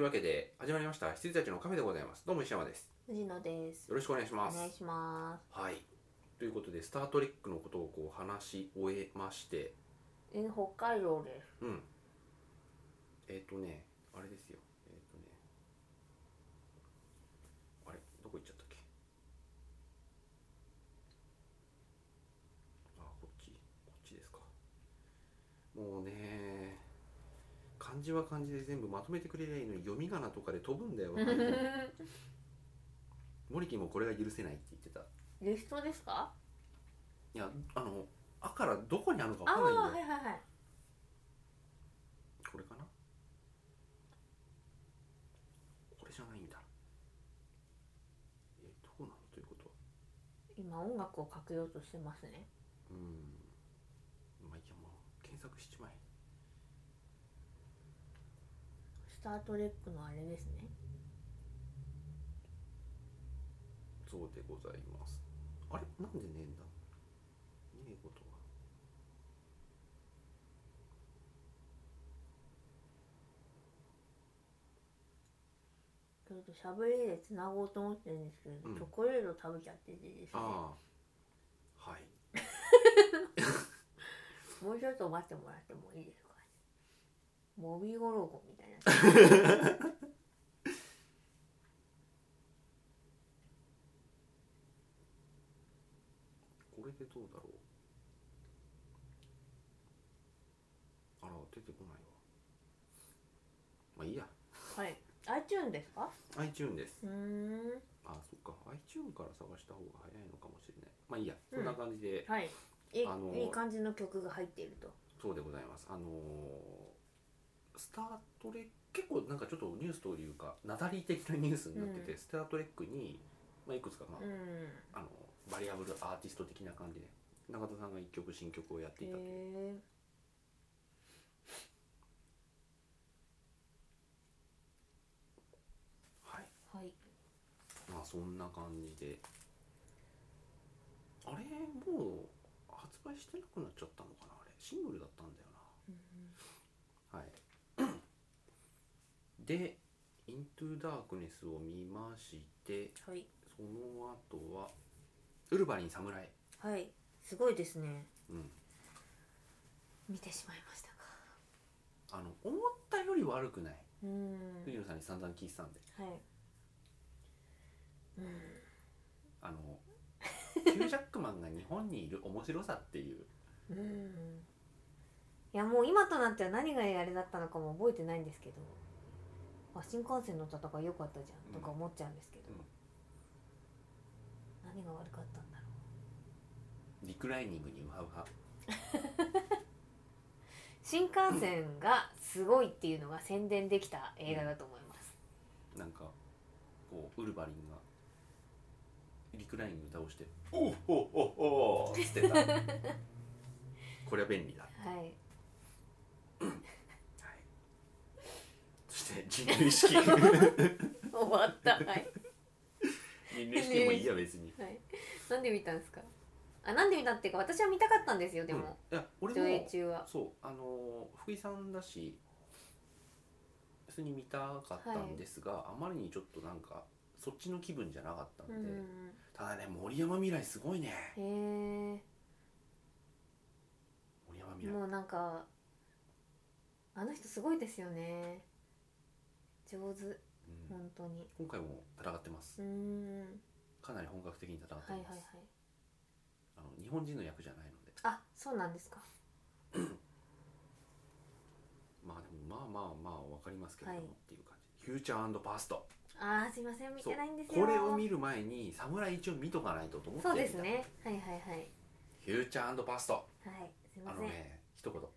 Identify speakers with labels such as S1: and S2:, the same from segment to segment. S1: わけで始まりました羊たちのカフェでございますどうも石山です
S2: 藤野です
S1: よろしくお願いし
S2: お
S1: ます
S2: 願いします
S1: はいということで「スター・トレック」のことをこう話し終えまして
S2: え北海道です
S1: うんえっ、とねあれですよえっ、とねあれどこ行っちゃったっけあこっちこっちですかもうね漢字は漢字で全部まとめてくれりゃいいのに読み仮名とかで飛ぶん だよ モリキンもこれが許せないって言ってた
S2: リストですか
S1: いやあの「あ」からどこにあるのか
S2: ああ
S1: わかんないん
S2: ー
S1: だよ
S2: はいはいはい
S1: これかなこれじゃないんだえどうなのということは
S2: 今音楽をかけようとしてますね
S1: うーんまあいいやもう検索しちまえ
S2: スタートレックのあれですね
S1: そうでございますあれなんでねえんだねえことは
S2: ちょっとしゃべりでつなごうと思ってるんですけど、
S1: うん
S2: チョコレート食べちゃっててですね
S1: ああはい
S2: もうちょっと待ってもらってもいいですかもみごろごみたいな
S1: これでどうだろうあら出てこないわまあいいや
S2: はい iTune ですか
S1: iTune です
S2: うーん
S1: あそっか iTune から探した方が早いのかもしれないまあいいやそんな感じで、
S2: はいいい
S1: あのー
S2: いい感じの曲が入っていると
S1: そうでございますあのースター・トレック結構なんかちょっとニュースというかなだり的なニュースになってて、
S2: うん
S1: スター・トレックに、まあ、いくつか、まあ
S2: うん
S1: あのバリアブルアーティスト的な感じで中田さんが一曲新曲をやっていたという
S2: へ
S1: はい
S2: えはい
S1: まあそんな感じであれもう発売してなくなっちゃったのかなあれシングルだったんだよなはい、 で「イントゥ・ダークネス」を見まして
S2: はい
S1: その後は「ウルヴァリン侍
S2: はいすごいですね」
S1: うん
S2: 見てしまいましたか
S1: あの思ったより悪くない
S2: うん
S1: 藤野さんに散々聞いてたんで
S2: はいうん
S1: あのヒュージャックマンが日本にいる 面白さっていう
S2: うんいやもう今となっては何があれだったのかも覚えてないんですけどあ新幹線の戦い良かったじゃんとか思っちゃうんですけど、
S1: うん
S2: 何が悪かったんだろう
S1: リクライニングにウハウハ
S2: 新幹線がすごいっていうのが宣伝できた映画だと思います、
S1: なんかこうウルヴァリンがリクライニング倒して「おうおうおうおう」っつってたこれは便利だ
S2: はい
S1: はい、そして人類 式人
S2: 終わったはい
S1: 類式もいいや別に
S2: はい、なんで見たんですかあなんで見たっていうか私は見たかったんですよでも、
S1: うんいや俺
S2: 上映
S1: も
S2: 中は
S1: そうあのー福井さんだし普通に見たかったんですが、あまりにちょっとなんかそっちの気分じゃなかったん
S2: う
S1: で、
S2: ん
S1: ただね森山未来すごいね
S2: へ
S1: 森山
S2: え
S1: 未来
S2: もうなんかあの人すごいですよね上手
S1: うん
S2: 本当に
S1: 今回も戦ってます
S2: うーん
S1: かなり本格的に戦ってます、
S2: はいはいはい
S1: あの日本人の役じゃないので
S2: あそうなんですか
S1: まあでもまあまあまあ分かりますけれども、
S2: はい
S1: っていう感じフューチャーパスト
S2: あーすいません見
S1: そう
S2: てないんですよ
S1: これを見る前に侍一応見とかないとと思って
S2: そうですねはいはいはい
S1: フューチャーパスト
S2: はいすい
S1: あ
S2: ませ
S1: の
S2: ん、
S1: ね一言こ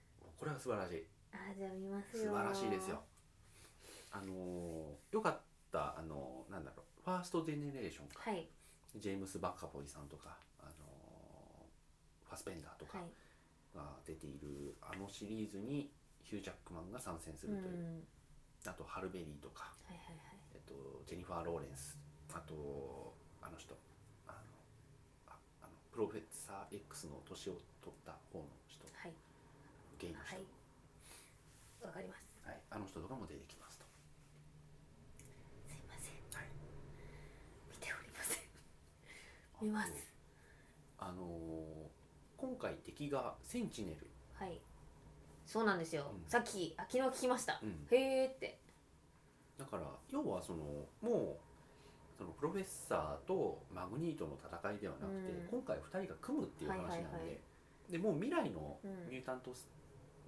S1: れは素晴らしい
S2: あーじゃあ見ますよ
S1: 素晴らしいですよあのーよかったあのーなんだろうファーストジェネレーションか
S2: はい
S1: ジェームス・バッカボイさんとかあのーファスペンダーとか
S2: はい
S1: が出ているあのシリーズにヒュー・ジャックマンが参戦す
S2: う
S1: る
S2: ん
S1: と
S2: はい
S1: いう、あとハルベリーとか、
S2: はいはい
S1: えっと、ジェニファー・ローレンスあとあの人あのああのプロフェッサー X の年を取った方の人
S2: はい
S1: ゲイの人、
S2: はいわかります
S1: はい、あの人とかも出てきますと。
S2: 見ます
S1: あのー今回敵がセンチネル、
S2: はいそうなんですよ、
S1: うん
S2: さっきあ昨日聞きました、
S1: うん
S2: へえって
S1: だから要はそのもうそのプロフェッサーとマグニートの戦いではなくて、
S2: う
S1: 今
S2: ん
S1: 回2人が組むっていう話なんで、
S2: はいはいはい
S1: でもう未来の
S2: うん
S1: ミュータント、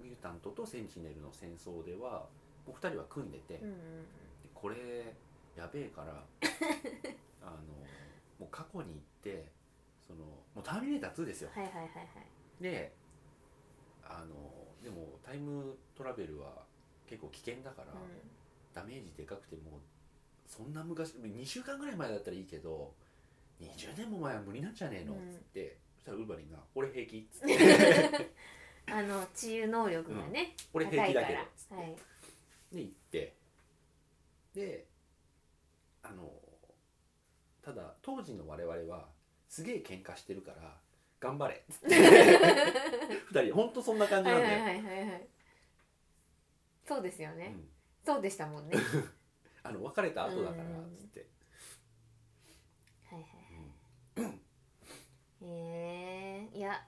S1: ミュータントとセンチネルの戦争ではもう2人は組んでて、
S2: うんうん
S1: でこれやべえから あのもう過去に行ってそのもう「ターミネーター2」ですよ。
S2: はいはいはいはい
S1: であのでもタイムトラベルは結構危険だから、ダメージでかくてもうそんな昔2週間ぐらい前だったらいいけど20年も前は無理なんじゃねえのっ
S2: うん
S1: つって、そしたらウーバリンが「俺平気」っつ って
S2: うんあの治癒能力がね、
S1: 「俺平
S2: 高
S1: 気
S2: いか
S1: だ
S2: ら
S1: けど」っつって、
S2: はい
S1: で行ってであのただ当時の我々はすげえ喧嘩してるから頑張れっつ って二人ほんとそんな感じ
S2: は
S1: ないんだ
S2: はい
S1: よ、
S2: はいはいはいそうですよね、
S1: うん
S2: そうでしたもんね はい
S1: あの別れた後だから
S2: うん
S1: っつって、
S2: はい
S1: うん
S2: へえいや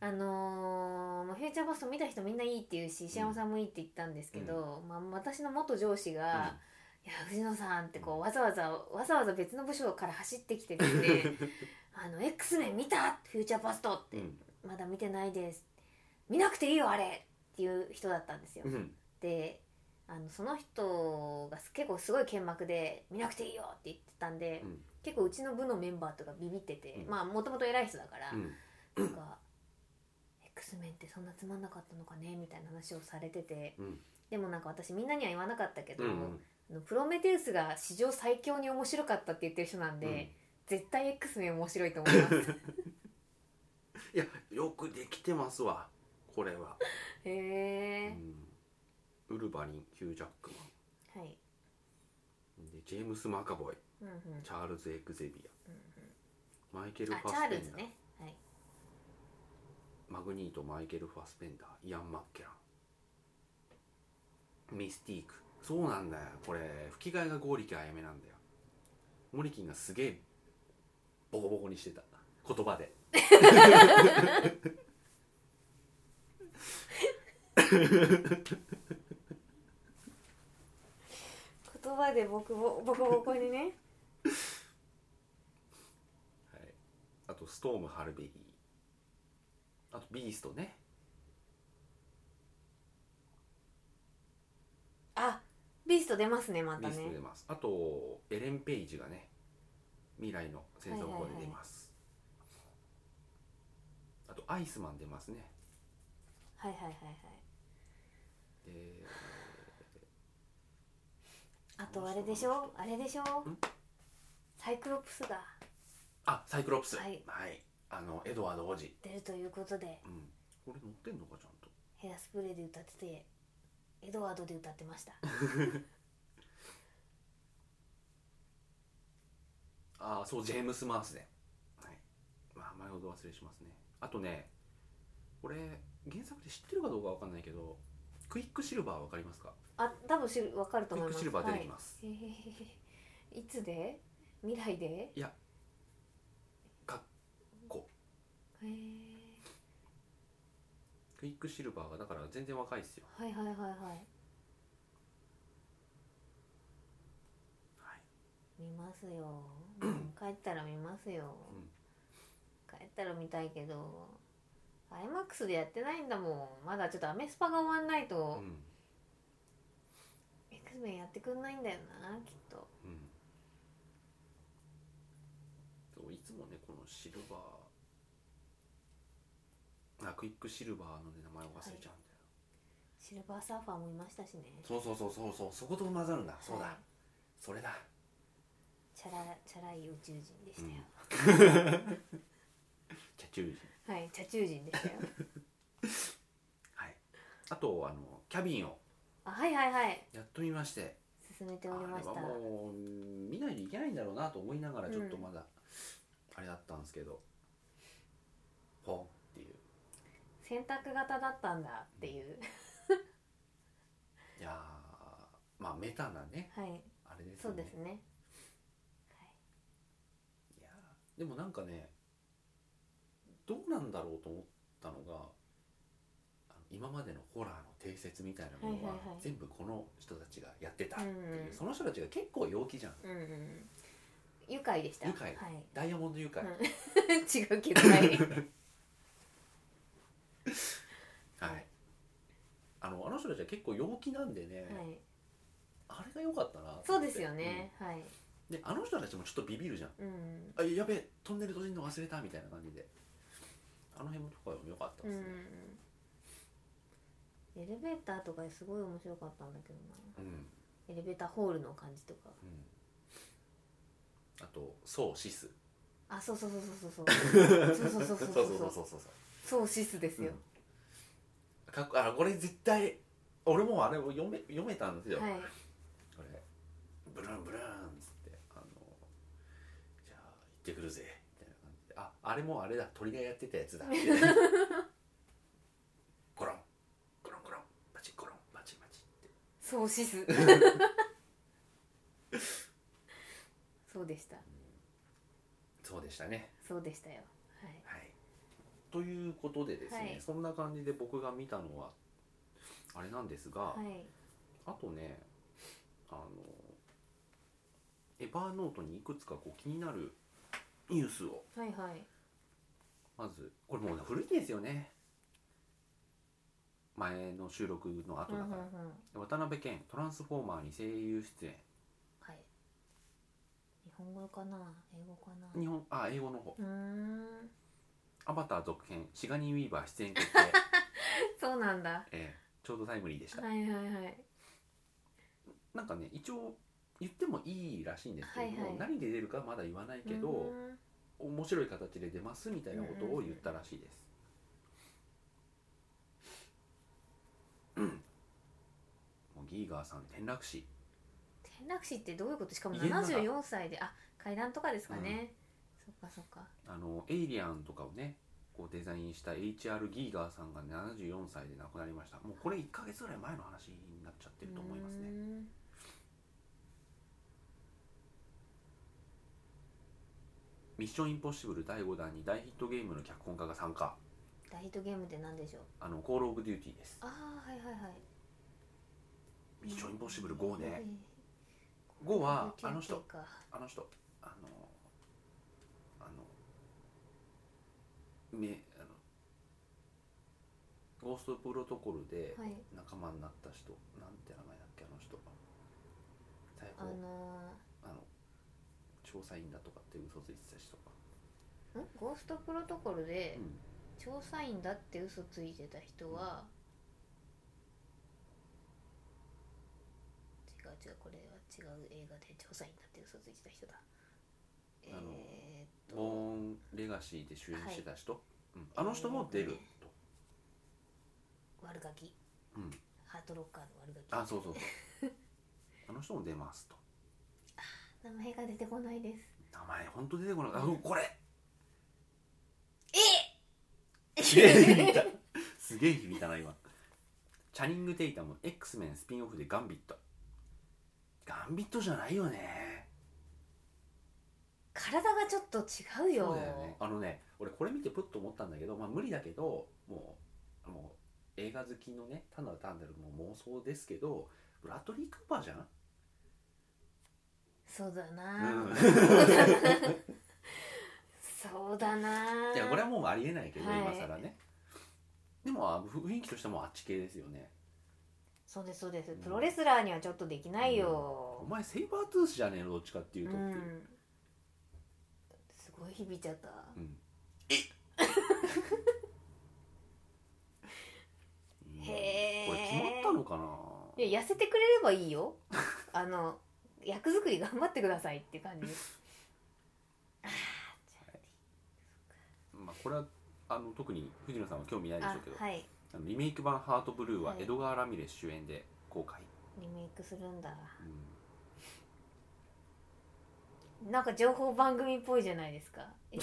S2: あのーまあ、フューチャーバスト見た人みんないいっていうし石山さんもいいって言ったんですけど、まあ、私の元上司が、いや藤野さんってこうわざわざわざわざ別の部署から走ってきてですね 「あの X メン見たフューチャーパスト!」って
S1: うんうん
S2: 「まだ見てないです」「見なくていいよあれ!」っていう人だったんですよ。
S1: うん
S2: であのその人が結構すごい剣幕で「見なくていいよ!」って言ってたんで、
S1: うん
S2: 結構うちの部のメンバーとかビビってて、
S1: うん
S2: まあもともと偉い人だから、
S1: うん
S2: なんか「X メンってそんなつまんなかったのかね」みたいな話をされてて、
S1: うん
S2: でもなんか私みんなには言わなかったけど。
S1: うんうん
S2: あのプロメテウスが史上最強に面白かったって言ってる人なんで、
S1: うん
S2: 絶対 X 面面白いと思います
S1: いやよくできてますわこれは、
S2: へ
S1: う
S2: え、
S1: ん、ウルヴァリンヒュー・ジャックマ
S2: はい、
S1: ンでジェームス・マカボイ
S2: うんうん
S1: チャールズ・エクゼビ
S2: うん
S1: アマイケ
S2: うん、
S1: ル・
S2: あ
S1: フ
S2: チ
S1: ァス
S2: ャー
S1: ペ
S2: ルズ
S1: ンダー、
S2: ねはい
S1: マグニートマイケル・ファスペンダーイアン・マッケランミスティークそうなんだよこれ吹き替えが剛力あやめなんだよモリキンがすげえボコボコにしてた言葉で
S2: 言葉でボクボボコボコ にね
S1: はい、あとストーム・ハルベリーあとビーストね
S2: あビースト出ますねま
S1: ビ
S2: た
S1: ースト
S2: ね
S1: 出ますあとエレン・ペイジがね未来の戦争校で出ます、あとアイスマン出ますね
S2: はいはいはいはい
S1: で
S2: あとあれでしょあれでしょ
S1: ん
S2: サイクロプスが
S1: あサイクロプス
S2: はい
S1: あのエドワード王子
S2: 出るということで
S1: うんこれ載ってんのかちゃんと
S2: ヘアスプレーで歌っててエドワードで歌ってました
S1: ああそうジェームス・マースで、はいまあ、前ほど忘れしますねあとねこれ原作で知ってるかどうかわかんないけどクイックシルバーわかりますか
S2: あ多分知る分かると
S1: クイ
S2: 思
S1: ッ
S2: い
S1: クシ
S2: ます
S1: ルバー出てきます、
S2: へえいつで未来で
S1: いやかっこ
S2: へえ
S1: クイックシルバーがだから全然若いですよ、
S2: はいはいはいはい
S1: はい、
S2: 見ます よ帰ったら見ますよ、
S1: うん
S2: 帰ったら見たいけど IMAX でやってないんだもんまだちょっとアメスパが終わんないと、
S1: うん
S2: X メンやってくんないんだよなきっと
S1: うんそういつもねこのシルバーあクイックシルバーの、ね、名前を忘れちゃうんだよ、
S2: シルバーサーファーもいましたしね
S1: そうそうそうそうそうそこと混ざるんだそうだ、
S2: はい
S1: それだ
S2: チャラチャラい宇宙人でしたよ、
S1: チャチュージ
S2: はいチャチュー人でしたよ
S1: はいあとあのキャビンを
S2: あはいはいはい
S1: やっと見まして
S2: 進めて
S1: あ
S2: おり
S1: れ
S2: ま
S1: は
S2: した
S1: もう見ないといけないんだろうなと思いながらちょっと
S2: うん
S1: まだあれだったんですけど、ポンっていう
S2: 選択型だったんだっていう、
S1: いやーまあメタなね
S2: はい
S1: あれですね
S2: そうですね
S1: いやーでもなんかねどうなんだろうと思ったのがあの今までのホラーの定説みたいなものは
S2: はいはいはい
S1: 全部この人たちがやってたっていう、
S2: うんうん
S1: その人たちが結構陽気じゃん
S2: うんうん愉快でした
S1: 愉快
S2: はい
S1: ダイヤモンド誘拐、
S2: うん違うけど はい
S1: はいあのあの人たちは結構陽気なんでね、
S2: は
S1: あ
S2: い、
S1: れが良かったなと思って
S2: そうですよね、はい、
S1: うんであの人たちもちょっとビビるじゃん
S2: うん、
S1: あやべえトンネル閉じるの忘れたみたいな感じであの辺もとかも良かった
S2: う
S1: で
S2: ん
S1: すね、
S2: エレベーターとかすごい面白かったんだけど
S1: う
S2: な
S1: ん
S2: エレベーターホールの感じとか
S1: うんあとそうシス
S2: あそうそうそう そうそうそうそうそうそうそうそう
S1: うそう
S2: そうシスですよ、
S1: うんかっこあこれ絶対俺もあれを読め読めたんですよ、
S2: はい
S1: これブルーンブルーンっつってあのじゃあ行ってくるぜみたいな感じでああれもあれだ鳥がやってたやつ だゴロンゴロンゴロンバチゴロンバチバチって
S2: そうシス そうでした
S1: そうでしたね
S2: そうでしたよはい
S1: はいということでですね、
S2: はい
S1: そんな感じで僕が見たのはあれなんですが、
S2: はい
S1: あとねあのエヴァーノートにいくつかこう気になるニュースを
S2: はいはい
S1: まずこれもう古いですよね前の収録の後
S2: う
S1: だ
S2: んうん
S1: か
S2: うん
S1: ら、渡辺謙「トランスフォーマー」に声優出演
S2: はい日本語かな英語かな
S1: 日本あ英語の方
S2: うーん
S1: 「アバター」続編「シガニー・ウィーバー」出演決 定、
S2: そうなんだ
S1: えーちょうどタイムリーでした、
S2: はいはいはい
S1: なんかね一応言ってもいいらしいんですけれども、
S2: はいはい
S1: 何で出るかまだ言わないけど、
S2: うーん
S1: 面白い形で出ますみたいなことを言ったらしいです。うんもうギーガーさん転落死、
S2: 転落死ってどういうことしかも
S1: 家の中
S2: 74歳であ階段とかですかね、そっかそっか
S1: あのエイリアンとかをねこうデザインした HR ギーガーさんが74歳で亡くなりましたもうこれ1ヶ月ぐらい前の話になっちゃってると思います
S2: うー
S1: ね
S2: ん
S1: 「ミッションインポッシブル」第5弾に大ヒットゲームの脚本家が参加
S2: 大ヒットゲームって何でしょう
S1: あのコール・オブ・デューティーです
S2: ああはいはいはい
S1: ミッションインポッシブル5ね
S2: うん
S1: 5はあの
S2: 休
S1: 人
S2: 憩か
S1: あの人あのあのめあのゴーストプロトコルで
S2: はい
S1: 仲間になった人、なんて名前だっけあの人最
S2: あ
S1: 後
S2: の
S1: あの調査員だとかって嘘ついてた人か、
S2: ーんゴーストプロトコルで
S1: うん
S2: 調査員だって嘘ついてた人は、違う違うこれは違う映画で調査員だって嘘ついてた人だえ
S1: あの
S2: ーっと
S1: ボーンレガシーで主演してた人、うん、あの人も出ると、
S2: 悪ガキ
S1: うん、
S2: ハートロッカーの悪ガキ
S1: あそうそうそうあの人も出ますと
S2: 名前が出てこないです
S1: 名前ほんと出てこないあこれ
S2: え
S1: すげえ響いたすげえ響いたな今チャニング・テイタム X メンスピンオフでガンビットガンビットじゃないよね
S2: 体がちょっと違うよ
S1: そうだよねあのね俺これ見てプッと思ったんだけどまあ無理だけどもうもう映画好きのね単なる単なるもう妄想ですけどブラッドリー・クーパーじゃん
S2: そうだな、
S1: うん
S2: そうだない
S1: やこれはもうありえないけど、
S2: はい
S1: 今更ねでもあ雰囲気としてはもうあっち系ですよね
S2: そうですそうです
S1: うん
S2: プロレスラーにはちょっとできない
S1: お
S2: よ
S1: 前セイバートゥースじゃねえのどっちかっていううとってい う、
S2: んすごい響いちゃった
S1: うん、え
S2: へー
S1: これ決まったのかない
S2: や痩せてくれればいいよ あの役作り頑張ってくださいって感じですあーじゃ
S1: まあ、これはあの特に藤野さんは興味ないでしょ
S2: あ
S1: うけど
S2: あはい
S1: あのリメイク版「ハートブルー」は
S2: はい
S1: エドガー・ラミレス主演で公開、
S2: リメイクするんだ
S1: うん
S2: なんか情報番組っぽいじゃないですかえ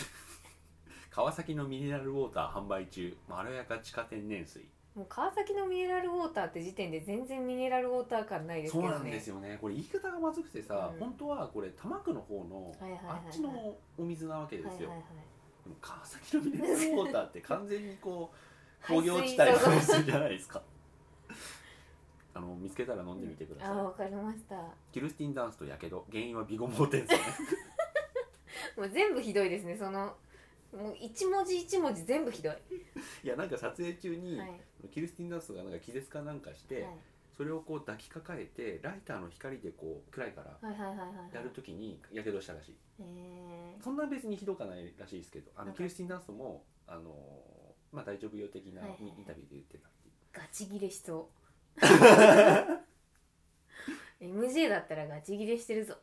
S1: 川崎のミネラルウォーター販売中まろやか地下天然水
S2: もう川崎のミネラルウォーターって時点で全然ミネラルウォーター感ないですけ
S1: そう
S2: どね
S1: なんですよねこれ言い方がまずくてさ、
S2: うん
S1: 本当はこれ多摩区の方の
S2: はいはいはいはい
S1: あっちのお水なわけですよ、
S2: はいはいはい
S1: でも川崎のミネラルウォーターって完全にこう工
S2: 排水
S1: 業地帯の水じゃないですか あの見つけたら飲んでみてくだ
S2: あ
S1: さい、
S2: わかりましたも
S1: キルスティンダンスとやけど原因はビゴモーテンソン ね
S2: う全部ひどいですねそのもう一文字一文字全部ひどい、
S1: いやなんか撮影中に、
S2: はい
S1: キルスティンダンスがなんか気絶かなんかして、それをこう抱きかかえてライターの光でこう暗いから
S2: はいはいはいはいはい
S1: やるときにやけどしたらしい
S2: えー
S1: そんな別にひどかないらしいですけどあ
S2: な
S1: の
S2: んか
S1: キルスティンダンスもあのまあ大丈夫よ的な
S2: はいはいはい
S1: インタビューで言ってたっていう
S2: ガチギレしそう MJ だったらガチギレしてるぞ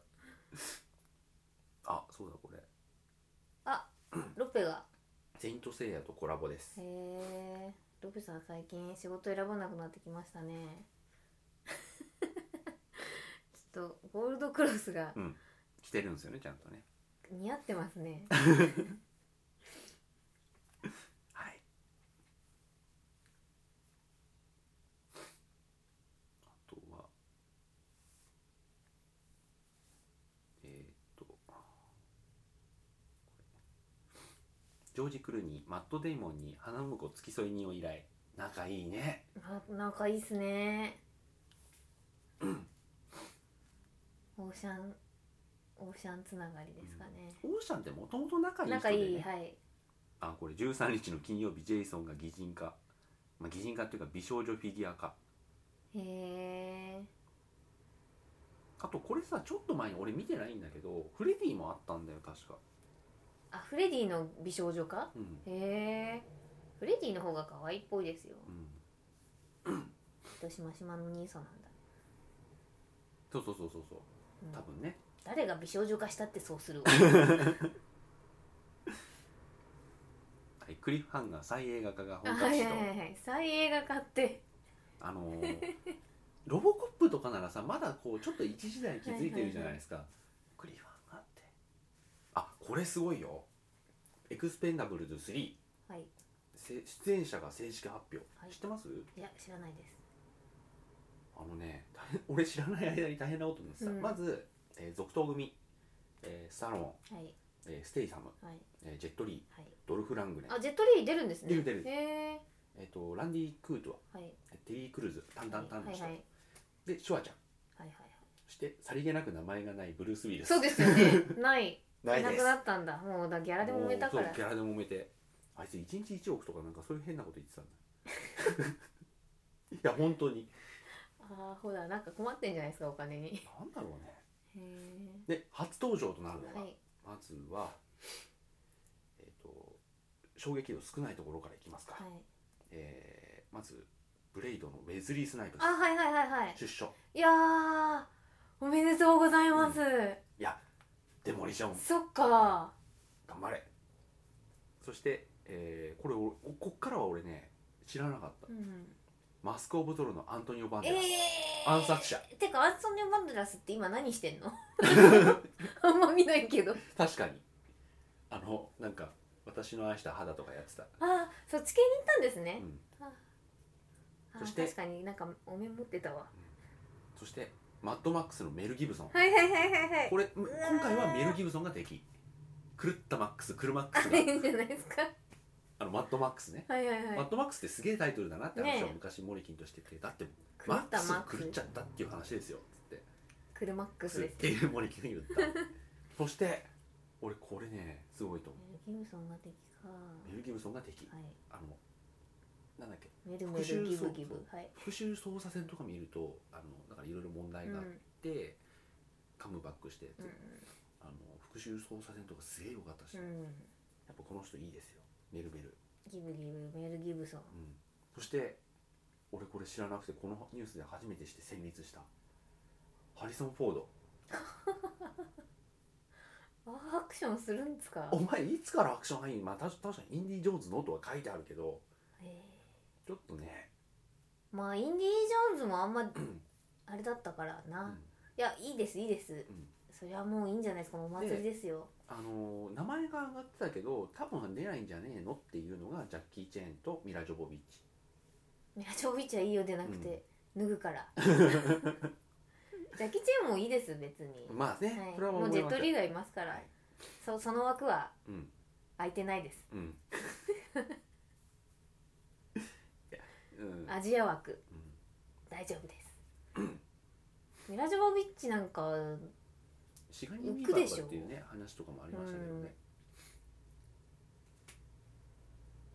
S1: あそうだこれ
S2: ロペが
S1: セイントセイヤとコラボです
S2: へえロペさん最近仕事選ばなくなってきましたね ちょっとゴールドクロスが
S1: 来てるんですよねちゃんとね
S2: 似合ってますね
S1: はいあとはえーっとジョージ・クルーニーマット・デイモンに花婿付き添い人を依頼仲いいね
S2: あなんかいいっすねオーシャンオーシャンつながりですかね、
S1: オーシャンってもともと仲いい人
S2: 仲
S1: で、ね、
S2: いいはい
S1: あこれ13日の金曜日ジェイソンが擬人化、まあ、擬人化っていうか美少女フィギュア化
S2: へえ
S1: あとこれさちょっと前に俺見てないんだけどフレディもあったんだよ確か
S2: あフレディの美少女か
S1: うん、
S2: へえフレディの方が可愛いっぽいですよ
S1: うん、
S2: きっとしましまの兄さんなんだ、
S1: そうそうそうそうそう
S2: うん
S1: 多分ね
S2: 誰が美少女化したってそう するわ
S1: はい、クリフハンガー再映画化が
S2: あ
S1: 本格
S2: はい
S1: 始
S2: は
S1: 動
S2: いはい再映画化って
S1: あのーロボコップとかならさまだこうちょっと一時代気づいてるじゃないですか、クリフハンガーってあこれすごいよエクスペンダブルズ3
S2: はい
S1: せ出演者が正式発表、
S2: はい
S1: 知ってます
S2: いや知らないです
S1: あのね 大変俺知らない間に大変なことになってた、
S2: うん
S1: まず、えー続投組、えースタローン、
S2: はい
S1: えーステイサム、
S2: はい
S1: えージェットリ
S2: はい
S1: ードルフ・ラングレン
S2: あジェットリー出るんですね
S1: 出る出る
S2: へえ
S1: えー、とランディ・クート
S2: はい
S1: アテリー・クルーズタンタンタンの
S2: はい
S1: 人、
S2: はいはい
S1: でシュワちゃん
S2: はいはい
S1: そしてさりげなく名前がないブルース・ウィルス
S2: そうですよ ねない
S1: ないい
S2: な
S1: で
S2: く
S1: す
S2: なったんだもうだギャラで揉めたか
S1: も
S2: ら
S1: うそうギャラで揉めてあいつ1日1億とかなんかそういう変なこと言ってたんだ いや本当に
S2: ああほらなんか困ってんじゃないですかお金に
S1: なんだろうね
S2: へえ
S1: で初登場となるのが、
S2: はい
S1: まずはえっ、と衝撃度少ないところからいきますか、
S2: はい
S1: えーまずブレイドのウェズリー・スナイプ
S2: あはいはいはいはい
S1: ス出所
S2: いやーおめでとうございます、
S1: いやデモリション
S2: そっか
S1: 頑張れそして、えーこれ俺こっからは俺ね知らなかった
S2: うん
S1: マスク・オブ・トロのアントニオ・バンデ
S2: え
S1: ラス、暗殺者
S2: てかアンソニオ・バンデラスって今何して んのあんま見ないけど
S1: 確かにあのなんか私の愛した肌とかやってた、
S2: ああそっち系に行ったんです
S1: う
S2: ね、
S1: ん、
S2: あー
S1: そして
S2: 確かになんかお面持ってたわ
S1: そしてマッドマックスのメル・ギブソン
S2: はいはいはいはいはい
S1: これ今
S2: わー
S1: 回はメル・ギブソンが敵狂ったマックスクルマック
S2: あ
S1: スが
S2: れいいんじゃないですか
S1: あのマッドマックスね
S2: はいはいはい
S1: マッドマックスってすげえタイトルだなって話を
S2: ねえ
S1: 昔モリキンとしててだって
S2: 狂
S1: マッ
S2: っ
S1: ク
S2: た
S1: ス
S2: マッ
S1: が
S2: ク
S1: 狂っち
S2: ス
S1: ゃったっていう話ですよつって
S2: クルマックス
S1: すっ
S2: です
S1: ていうモリキンが言 ったそして俺これねすごいと思
S2: メルギブソンが敵か
S1: うメル・ギブソンが敵
S2: はい
S1: あのなんだっけ
S2: メルメルギブギブ
S1: 復
S2: はい
S1: 復讐捜査線とか見るとあのだからいろいろ問
S2: う
S1: 題
S2: ん
S1: があっ
S2: う
S1: て、カムバックして、
S2: ん
S1: あの復讐捜査線とかすげえ良かったし、
S2: う
S1: やっ
S2: ん
S1: ぱこの人いいですよメルメル
S2: ギブギブメルギブソン
S1: うん、そして俺これ知らなくてこのニュースで初めてして戦慄したハリソン・フォード
S2: あーアクションするんですか
S1: お前いつからアクション俳優にまあた確かにインディ・ジョーンズのとは書いてあるけど
S2: え
S1: ちょっとね、
S2: ーまあインディ・ージョーンズもあんまあれだったからな、
S1: うん
S2: いやいいですいいです、
S1: ん
S2: そりゃもういいんじゃないですかお祭りですよ
S1: あのー名前が上がってたけど多分出ないんじゃねえのっていうのがジャッキー・チェーンとミラ・ジョボビッチ
S2: ミラチョービッチはいいよでなくて、脱ぐから ジャッキーチェンもいいです別に、
S1: まあね、
S2: はい、
S1: それは
S2: もう
S1: 思
S2: ジ
S1: い
S2: ェッ
S1: ま
S2: ト
S1: すよ
S2: リーがいますから、
S1: はい
S2: そその枠は
S1: うん
S2: 空いてないです
S1: うん いやうん
S2: アジア枠
S1: うん
S2: 大丈夫ですミラジョボビッチなんか
S1: シガニー・ウィーバーとかっていうね話とかもありましたけどね、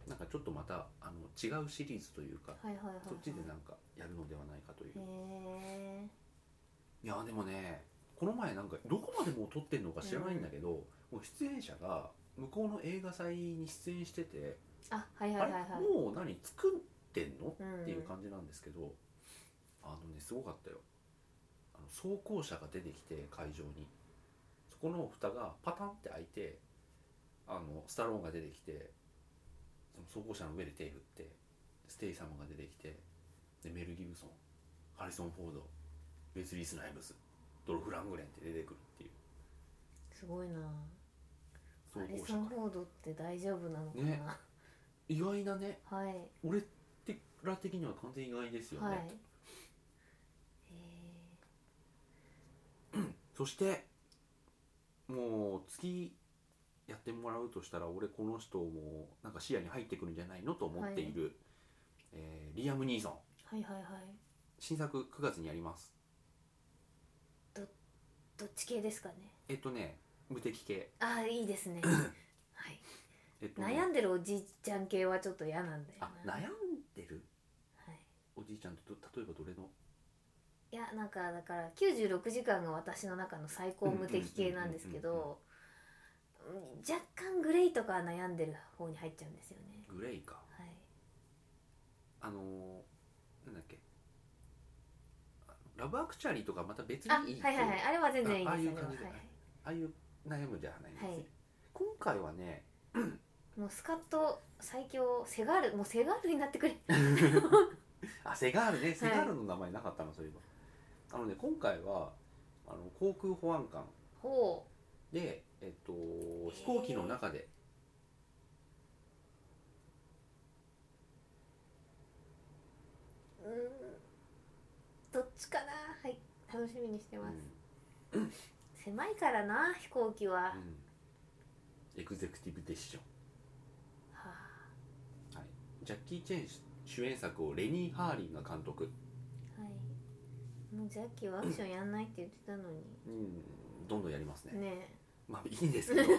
S1: なんかちょっとまたあの違うシリーズというか、
S2: はいはいはい、はい、
S1: そっちでなんかやるのではないかという、
S2: へ
S1: い
S2: え
S1: やでもねこの前なんかどこまでもう撮ってんのか知らないんだけど、もう出演者が向こうの映画祭に出演してて、
S2: あはいはいはいはい
S1: あれもう何作ってんの
S2: うん
S1: っていう感じなんですけど、あのねすごかったよあの装甲車が出てきて会場にそこの蓋がパタンって開いてあのスタローンが出てきてその装甲車の上で手振ってステイ様が出てきてでメル・ギブソンハリソン・フォードウェスリー・スナイブスドルフ・ラングレンって出てくるっていう
S2: すごいな
S1: 装
S2: アリ
S1: 甲
S2: ソ
S1: 車
S2: ン・
S1: か
S2: フォードって大丈夫なのかな、
S1: ね意外なね
S2: はい
S1: 俺ってら的には完全意外ですよね、
S2: はいへ
S1: そしてもう次やってもらうとしたら俺この人もなんか視野に入ってくるんじゃないのと思っている、えーリアム・ニーソン
S2: ーはいはいはい
S1: 新作9月にやります
S2: どっち系ですかね
S1: えっとね無敵系、
S2: あーい いですねはい
S1: えっとね
S2: 悩んでるおじいちゃん系はちょっと嫌なんだよ
S1: あ
S2: な
S1: 悩んでる
S2: はい、
S1: おじいちゃんとど例えばどれの
S2: いやなんかだから96時間が私の中の最高無敵系なんですけ
S1: うんうんうん
S2: どうん若干グレイとか悩んでる方に入っちゃうんですよね
S1: グレイか
S2: はい
S1: あのーなんだっけあのラブアクチュアリーとかまた別
S2: あ
S1: にいい
S2: はいはいはいあれは全然いい
S1: ああいう
S2: ですあれは
S1: 感じで
S2: は
S1: ああいう悩むじゃないんですよ、
S2: はい
S1: 今回はね
S2: い、もうスカッと最強セガールもうセガールになってくれ
S1: あセガールねセガールの名前なかったの、そういえばあのね今回はあの航空保安官
S2: ほ
S1: で、えっと、飛行機の中で
S2: ううーんどっちかなはい楽しみにして
S1: うん
S2: ます、狭いからな飛行機は、は
S1: うんエグゼクティブディシジョン
S2: あ
S1: ジャッキー・チェン主演作をレニー・ハーリンが監督、
S2: はいもうジャッキーはアクションやんないって言ってたのに
S1: うん、どんどんやりますね
S2: ね
S1: まあいいんですけ ど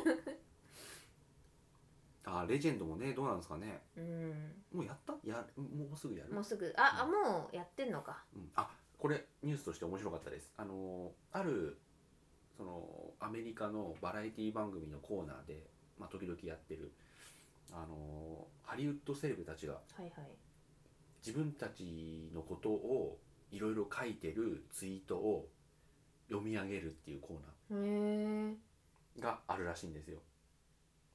S1: あレジェンドもねどうなんですかね
S2: えうん
S1: もうやったやもうすぐやる
S2: もうすぐああもうやってんのか
S1: うん、あこれニュースとして面白かったですあのあるそのアメリカのバラエティ番組のコーナーで、まあ、時々やってるあのハリウッドセレブたちが
S2: はいはい
S1: 自分たちのことをいろいろ書いてるツイートを読み上げるっていうコーナ
S2: へえ
S1: ーがあるらしいんですよ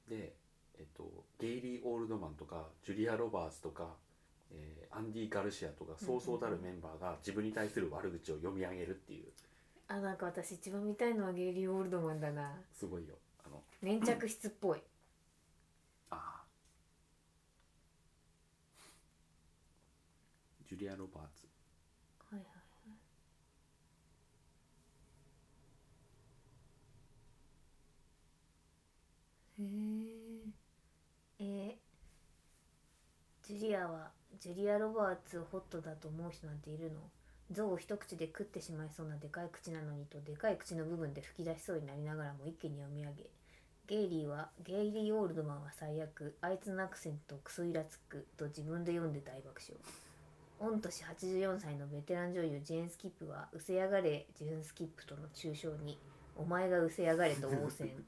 S1: で、えっと、ゲイリー・オールドマンとかジュリア・ロバーツとか、えーアンディ・ガルシアとかそうそうたるメンバーが自分に対する悪口を読み上げるっていう
S2: あなんか私一番見たいのはゲイリー・オールドマンだな
S1: すごいよあの
S2: 粘着質っぽい
S1: あージュリア・ロバーツ
S2: はいはいへええージュリアはジュリア・ロバーツをホットだと思う人なんているの象を一口で食ってしまいそうなでかい口なのにとでかい口の部分で吹き出しそうになりながらも一気に読み上げゲイリーはゲイリー・オールドマンは最悪あいつのアクセントクソイラつくと自分で読んで大爆笑御年84歳のベテラン女優ジェーン・スキップは「うせやがれジェーン・スキップ」との中傷に「お前がうせやがれ」と 応戦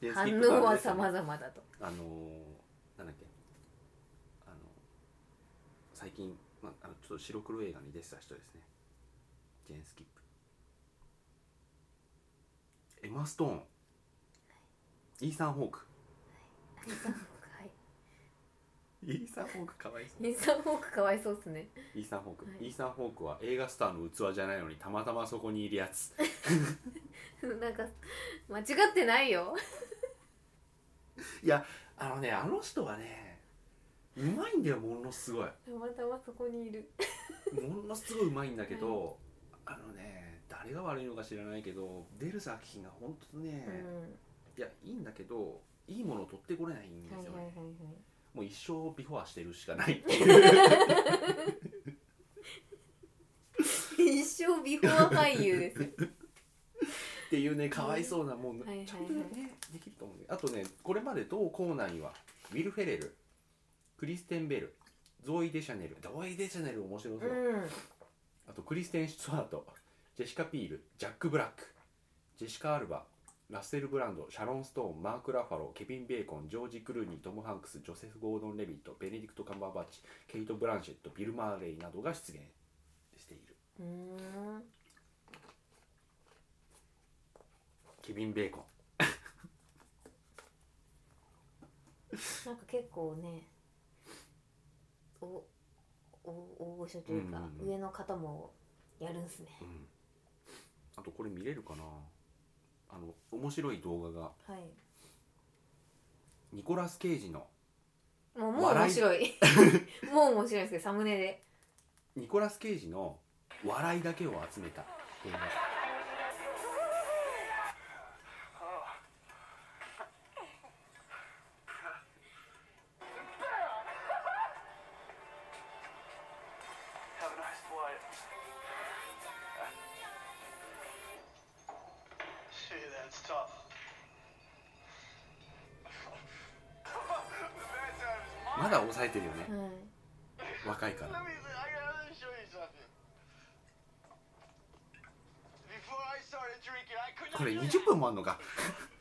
S1: で
S2: 反
S1: スキップ
S2: 応は
S1: とあれ
S2: 様
S1: ですよね
S2: 々だと
S1: あのーなんだっけあの最近、まあ、あのちょっと白黒映画に出てた人ですねジェーン・スキップエマ・ストーンイーサン・ホーク
S2: インサン
S1: イー
S2: ホークはい
S1: サン・ホークかわいそう
S2: インサンホークかわいそうっすね
S1: イーサン・ホーク、
S2: はい
S1: イーサン・ホークは映画スターの器じゃないのにたまたまそこにいるやつ
S2: なんか間違ってないよ
S1: いやあのねあの人はねうまいんだよものすごい
S2: たまたまそこにいる
S1: ものすごいうまいんだけど、あのね誰が悪いのか知らないけど出る作品が本当ね、
S2: うん
S1: いやいいんだけどいいものを取ってこれないんです
S2: はいはい
S1: よね、
S2: はいはい
S1: もう一生ビフォアしてるしかないっていう
S2: 一生ビフォー俳優 ですよ
S1: っていうねかわいそうなもん、
S2: はいはいはい
S1: ちゃんとねできると思うんであとねこれまで同コーナーにはウィル・フェレルクリステン・ベルゾーイ・デシャネルゾーイ・デシャネル面白そう、あとクリステン・スチュワートジェシカ・ピールジャック・ブラックジェシカ・アルバラッセル・ブランドシャロン・ストーンマーク・ラファローケビン・ベーコンジョージ・クルーニートム・ハンクスジョセフ・ゴードン・レビットベネディクト・カンバーバッチケイト・ブランシェットビル・マーレイなどが出現している
S2: うんうん
S1: ケビン・ベーコン
S2: なんか結構ねおお大御所というか、
S1: うんうんうん
S2: 上の方もやるんすね
S1: うんあとこれ見れるかなあの面白い動画が
S2: はい
S1: ニコラス・ケイジの
S2: もうもう面白いもう面白いですけどサムネで
S1: ニコラス・ケイジの笑いだけを集めた映画
S3: Oh. Have a nice flight. Shit, that's tough. That time is mine.
S1: まだ抑えてるよね
S2: はい
S1: 若いから。
S3: Let me, I gotta let me show you something. Before I started drinking, I couldn't.
S1: これ
S3: do
S1: 20分もあんのか。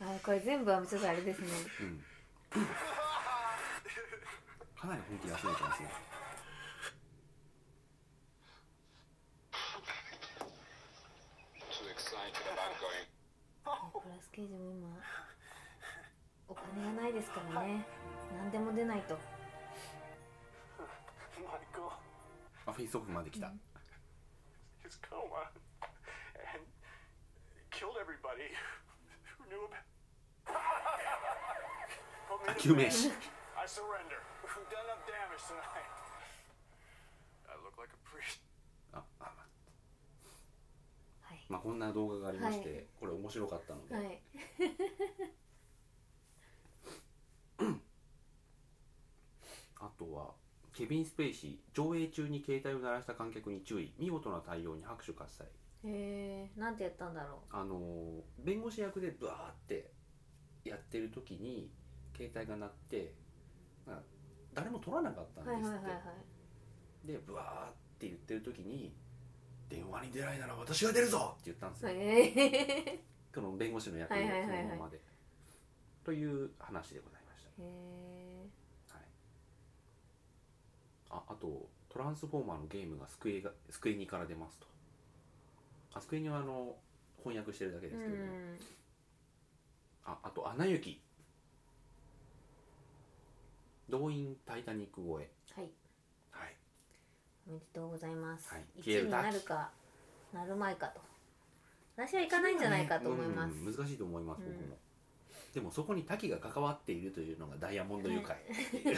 S2: あこれ全部はちょっとあれですね
S1: うん。
S3: that.
S1: かなり本気で集めてますね。
S4: too excited about going
S2: プラスケージも今お金がないですからね何でも出ないと
S3: My God,
S1: あ、フェイスオフまで来た。
S3: his coma, and killed everybody who knew about. Put me
S1: あ、
S3: to
S1: 救
S3: bed.
S1: 命士。
S3: I surrender. We've done enough damage tonight. I look like a priest.
S1: あ、あ
S2: はい
S1: まあこんな動画がありまして、
S2: はい
S1: これ面白かったので、
S2: はい
S1: あとは、ケビン・スペイシー、上映中に携帯を鳴らした観客に注意、見事な対応に拍手喝采。
S2: へえなんてやったんだろ
S1: あのー弁護士役でブワーってやってる時に、携帯が鳴って、なんか誰も取らなかったん
S2: う
S1: です
S2: は
S1: っ
S2: い
S1: て。
S2: はいはいはい
S1: でブワーって言ってる時に「電話に出ないなら私が出るぞ!」って言ったんですよ、
S2: へ
S1: この弁護士の役を
S2: は
S1: そ
S2: い
S1: の
S2: はいはいはい
S1: ままで。という話でございまし
S2: え
S1: た、はい、ああと「トランスフォーマー」のゲームがスクエがスクエニから出ますとあスクエニはあの翻訳してるだけ
S2: う
S1: ですけど、ね
S2: ん
S1: ああと「アナ雪」動員タイタニック越え
S2: はい
S1: はい
S2: おめでとうございます、
S1: はい
S2: 一1位になるかなるまいかと私は行かないんじゃないかと思います、
S1: うん難しいと思います、
S2: うん
S1: 僕もでもそこに滝が関わっているというのがダイヤモン ド愉快っていう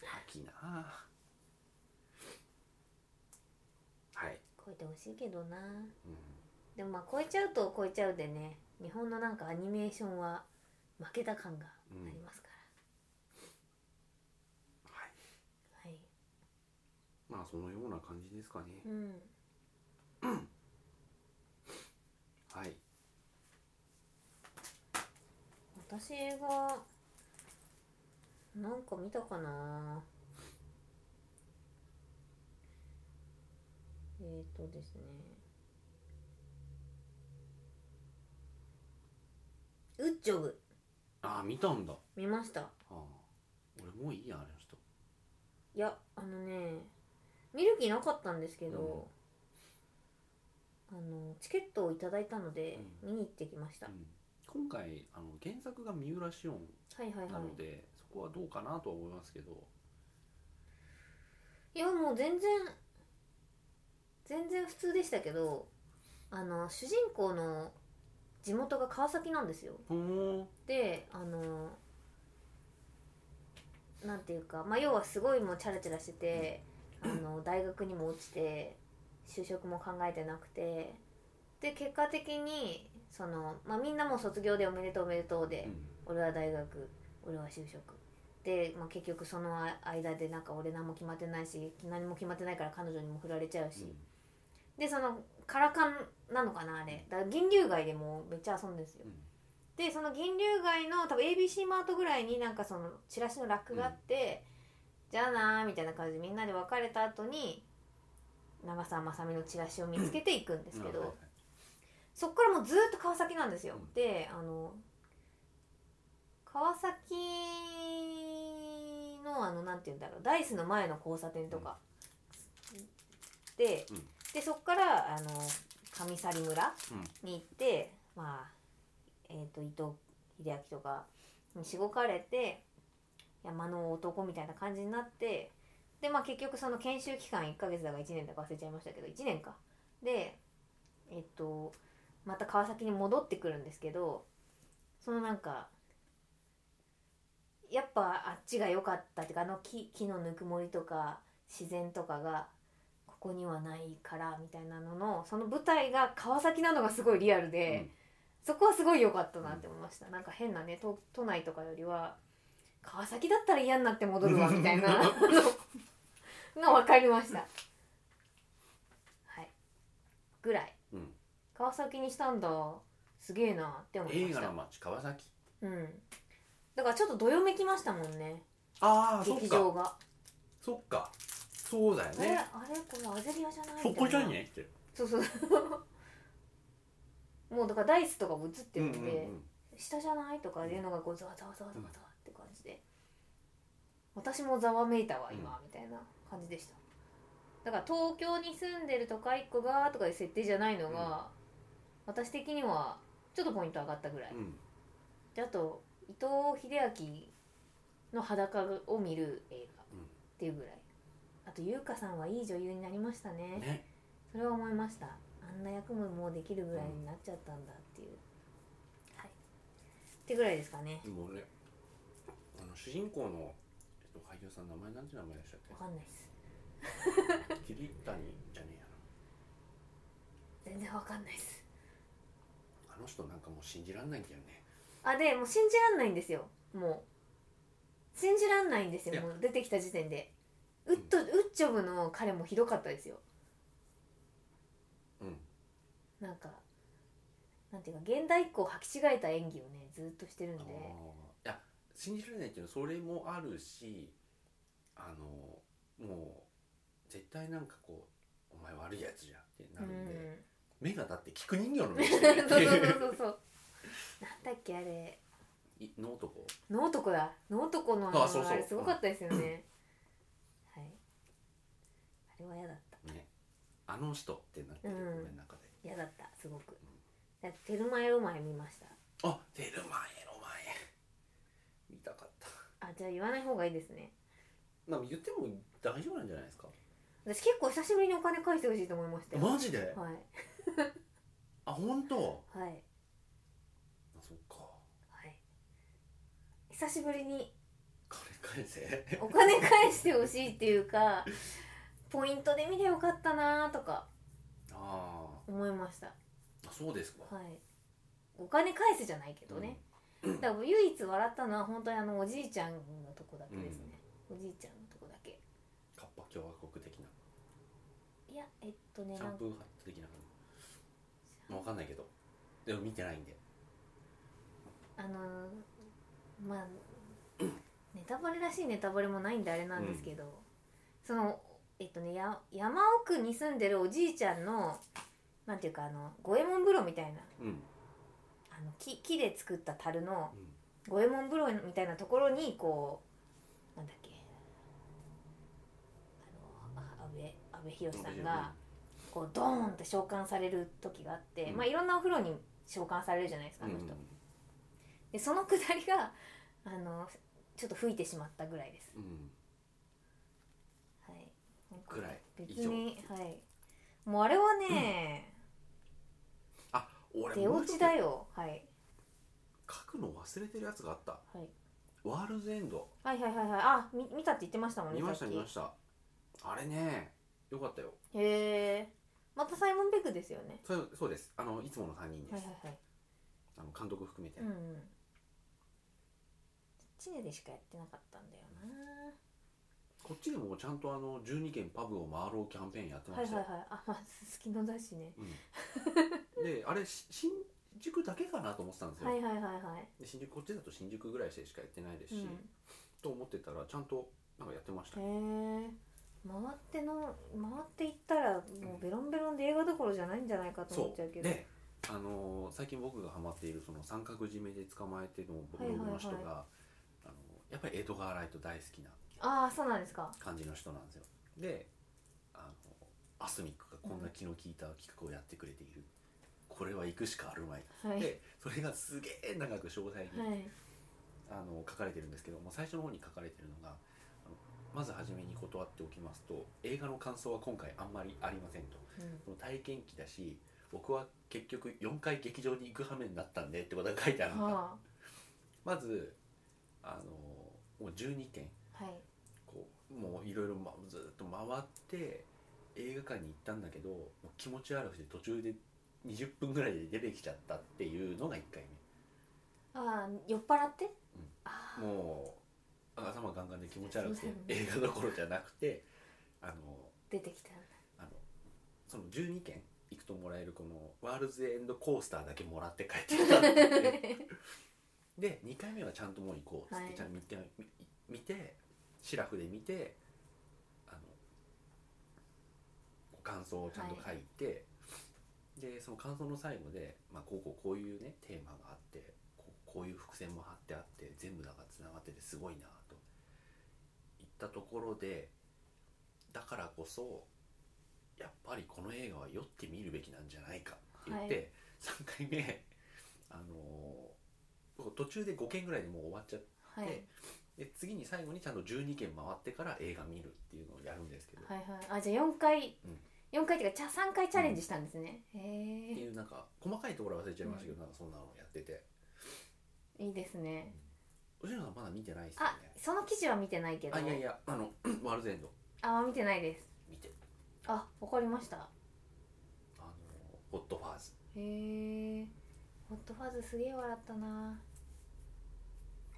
S1: 滝なあはい、
S2: 超えてほしいけどな
S1: うん
S2: でもまあ超えちゃうと超えちゃうでね日本のなんかアニメーションは負けた感がありますか
S1: はい、
S2: ら、はい
S1: まあそのような感じですかね、
S2: うん
S1: はい
S2: 私がなんか見たかなえっ、ー、とですねウッジョブ
S1: ああ見たんだあ
S2: 見ました
S1: あ俺もういいやあの人
S2: いやあのね見る気なかったんですけど、あのチケットをいただいたので、
S1: う
S2: 見に行ってきました、
S1: うん今回あの原作が三浦紫音
S2: はいはい
S1: な
S2: は
S1: ので、そこはどうかなとは思いますけど
S2: いいやもう全然全然普通でしたけどあの主人公の地元が川崎なんですよ
S1: ほーん
S2: であのなんていうか、まあ、要はすごいもうチャラチャラしてて、あの大学にも落ちて就職も考えてなくてで結果的にその、まあ、みんなもう卒業でおめでとうおめでとうで、俺は大学俺は就職で、まあ、結局その間でなんか俺何も決まってないし何も決まってないから彼女にも振られちゃうし、でそのカラカンなのかなあれだから銀龍街でもうめっちゃ遊んでるんですよ、
S1: うん
S2: でその銀龍街の多分 ABC マートぐらいになんかそのチラシのラックがあって、じゃあなーみたいな感じでみんなで別れた後に長澤まさみのチラシを見つけていくんですけど、そこからもうずーっと川崎なんですよ、
S1: うん
S2: であの川崎のあのなんて言うんだろうダイスの前の交差点とか、で,、
S1: うん
S2: でそこからあの上去村に行って、まあ、えー、と伊藤英明とかにしごかれて山の男みたいな感じになってで、まあ、結局その研修期間1ヶ月だか1年だか忘れちゃいましたけど1年かでえっ、とまた川崎に戻ってくるんですけどそのなんかやっぱあっちが良かったっていうかあの木木のぬくもりとか自然とかがここにはないからみたいなののその舞台が川崎なのがすごいリアルで。そこはすごい良かったなって思いました、なんか変なね都都内とかよりは川崎だったら嫌になって戻るわみたい なあのが分かりましたはいぐらい
S1: うん
S2: 川崎にしたんだすげえなって思いま
S1: 映
S2: し
S1: 画
S2: た
S1: の街川崎
S2: うんだからちょっとどよめきましたもんね
S1: ああそっ
S2: 劇
S1: か
S2: 場が
S1: そっかそうだよ
S2: あれあ
S1: ね
S2: れこれアゼリアじゃない
S1: そこじゃ
S2: みたいな
S1: ねって
S2: そう そうもうだからダイスとかも映ってるんで、下じゃないとかいうのがこうざわざわざわざわざわって感じで私もざわめいたわ今みたいな感じでしただから東京に住んでる都会っ子がとかいう設定じゃないのが私的にはちょっとポイント上がったぐらい
S1: うん
S2: であと伊藤英明の裸を見る映画
S1: うん
S2: っていうぐらいあと優香さんはいい女優になりましたね
S1: ね
S2: それは思いましたあんな役ももうできるぐらいになっちゃったんだっていう、はいってぐらいですかね
S1: でも俺あの主人公のえっと俳優さん名前なんて名前でしたっ
S2: わかんないです
S1: け桐谷じゃねえや
S2: 全然わかんないです
S1: なあの人なんかもう信じらんないんだよね
S2: あでもう信じらんないんですよもう信じらんないんです
S1: い
S2: よ
S1: や
S2: もう出てきた時点でウッドウッジョブの彼もひどかったですよ
S1: うん
S2: なんかなんていうか現代以降履き違えた演技をねずっとしてるんで
S1: あーいや信じられないけどそれもあるしあのもう絶対なんかこう「お前悪いやつじゃん」ってな
S2: う
S1: る
S2: ん
S1: んで、目がだって菊人形の目し
S2: そう
S1: て
S2: そうそう
S1: る
S2: そうそうなんだっけあれ
S1: いの男
S2: ノートコだ。ノートコのあ
S1: あそう
S2: の
S1: そう
S2: あれすごかったですよね。はい。あれは嫌だった。
S1: ねあの人ってなってる、
S2: うん
S1: 俺の中で
S2: 嫌だった。すごく。だってテルマエロマエ見ました。
S1: あテルマエロマエ見たかった
S2: あじゃあ言わない方がいいですね。
S1: まあ言っても大丈夫なんじゃないですか
S2: 私結構久しぶりにお金返してほしいと思いましたよ。は
S1: マジで
S2: い
S1: あ本当
S2: はい
S1: あそっか
S2: はい。久しぶりに
S1: 金返 せ
S2: お金返してほしいっていうか、ポイントで見りゃよかったなとか
S1: あ
S2: 思いました。
S1: ーあそうですか、
S2: はい、お金返すじゃないけどね、だから唯一笑ったのは本当にあのおじいちゃんのとこだけですね、おじいちゃんのとこだけ
S1: カッパ共和国的ない
S2: やえっとね
S1: シ
S2: な
S1: ャ
S2: ん
S1: ン
S2: か
S1: プーハット的な感じわかんないけどでも見てないんで
S2: あのーまあネタバレらしいネタバレもないんであれなんですけど、そのえっとねや山奥に住んでるおじいちゃんのなんていうかあの五右衛門風呂みたいな
S1: うん
S2: あの木木で作った樽の
S1: うん
S2: 五右衛門風呂みたいなところにこうなんだっけあのあ安倍安倍博さんがこうドーンって召喚される時があって、
S1: うん
S2: まあいろんなお風呂に召喚されるじゃないですか
S1: う
S2: あ
S1: ん
S2: の人、でそのくだりが あのちょっと吹いてしまったぐらいです
S1: うん
S2: はい
S1: くらい以
S2: 別
S1: 上
S2: にはいもうあれはね、
S1: あ俺
S2: 出
S1: もう
S2: 落
S1: 一
S2: ち
S1: つ
S2: だよはい
S1: 書くの忘れてるやつがあった
S2: はい
S1: ワールズエンド
S2: はいはいはいはいあみ見たって言ってましたもんね
S1: 見ました
S2: さっ
S1: 見
S2: き
S1: ましたあれねよかったよ
S2: へえまたサイモン・ベックですよね
S1: そうそうですあのいつもの3人です、
S2: はいはいはい
S1: あの監督含めて、
S2: うんうんチネでしかやってなかったんだよ
S1: こっちでもちゃんとあの12軒パブを回ろうキャンペーンやって
S2: な
S1: ま
S2: はい
S1: し
S2: はい
S1: たよ、
S2: はいあ まあ好きのだしね
S1: うん、であれし新宿だけかなと思ってたんですよ、
S2: はいはいはいはい
S1: で新宿こっちだと新宿ぐらいしかやってないです
S2: うん
S1: し、と思ってたらちゃんとなんかやってましたね
S2: へえ回っての回っていったらもうベロンベロンで映画どころじゃないんじゃないかと思っ
S1: そ
S2: ちゃうけ
S1: う
S2: ど
S1: で、あのー最近僕がハマっているその三角締めで捕まえてのブログの人が、
S2: はいはい
S1: あのーやっぱりエドガー・ライト大好きな
S2: ああそうなんですか
S1: 感じの人なんですよであのアスミックがこんな気の利いた企画をやってくれている、これは行くしかあるまい
S2: はい
S1: でそれがすげえ長く詳細に、
S2: はい
S1: あの書かれてるんですけどもう最初の方に書かれてるのがあのまず初めに断っておきますと映画の感想は今回あんまりありませんと
S2: うん
S1: その体験記だし僕は結局4回劇場に行く羽目になったんでってことが書いてあるのが、
S2: は
S1: まずあのもう12件
S2: あはい
S1: こうもういろいろまずっと回って映画館に行ったんだけどもう気持ち悪くて途中で20分ぐらいで出てきちゃったっていうのが1回
S2: ああ酔っ払って、ああ
S1: 目もう頭ガンガンで気持ち悪く
S2: そ
S1: て
S2: うだよね
S1: 映画どころじゃなくてあの
S2: 出て きた
S1: あのその12件行くともらえるこのワールズエンドコースターだけもらって帰ってきたって言ってで2回目はちゃんともう行こうっつっ
S2: は
S1: て
S2: い
S1: ちゃんと見て,、み見てシラフで見てあの感想をちゃんと書いて、でその感想の最後で、まあ、こうこうこういうねテーマがあってこうこういう伏線も張ってあって全部だからつながっててすごいなと言ったところでだからこそやっぱりこの映画は酔って見るべきなんじゃないかって言って、
S2: は
S1: 3回目あのー途中で5件ぐらいでもう終わっちゃって
S2: はい
S1: でで次に最後にちゃんと12件回ってから映画見るっていうのをやるんですけど、
S2: はいはいあじゃあ4回、
S1: うん
S2: 四回っていうかちゃ3回チャレンジしたんですね、へ
S1: っていうなんか細かいところは忘れちゃいましたけど、なんかそんなのをやってて
S2: えいいですね
S1: 牛野さんまだ見てないですよ
S2: あ
S1: ね
S2: その記事は見てないけど
S1: あいやいやあの ワールズエンド
S2: あ見てないです
S1: 見て
S2: あわかりました
S1: あのホットファーズ
S2: へえホットファズすげえ笑ったな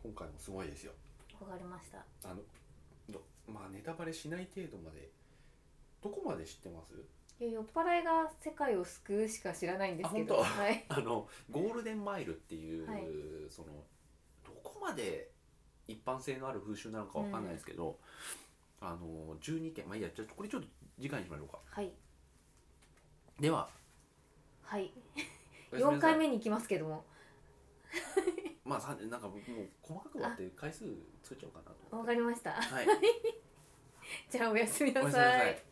S1: 今回もすごいですよ
S2: わかりました
S1: あのどまあネタバレしない程度までどこまで知ってます
S2: いや酔っ払いが世界を救うしか知らないんですけど
S1: あ本
S2: はい
S1: あのゴールデンマイルっていう、
S2: はい
S1: そのどこまで一般性のある風習なのかわかんないですけど、あの12件まあいいやじゃあこれちょっと次回にしましょうか
S2: はい
S1: では
S2: はい
S1: おやすみ
S2: 4
S1: なさい
S2: 回目に行きますけども
S1: まあさなんか僕もう細かく割って回数つけちゃおうかなと
S2: わかりました
S1: はい
S2: じゃあおやすみ
S1: おやすみなさい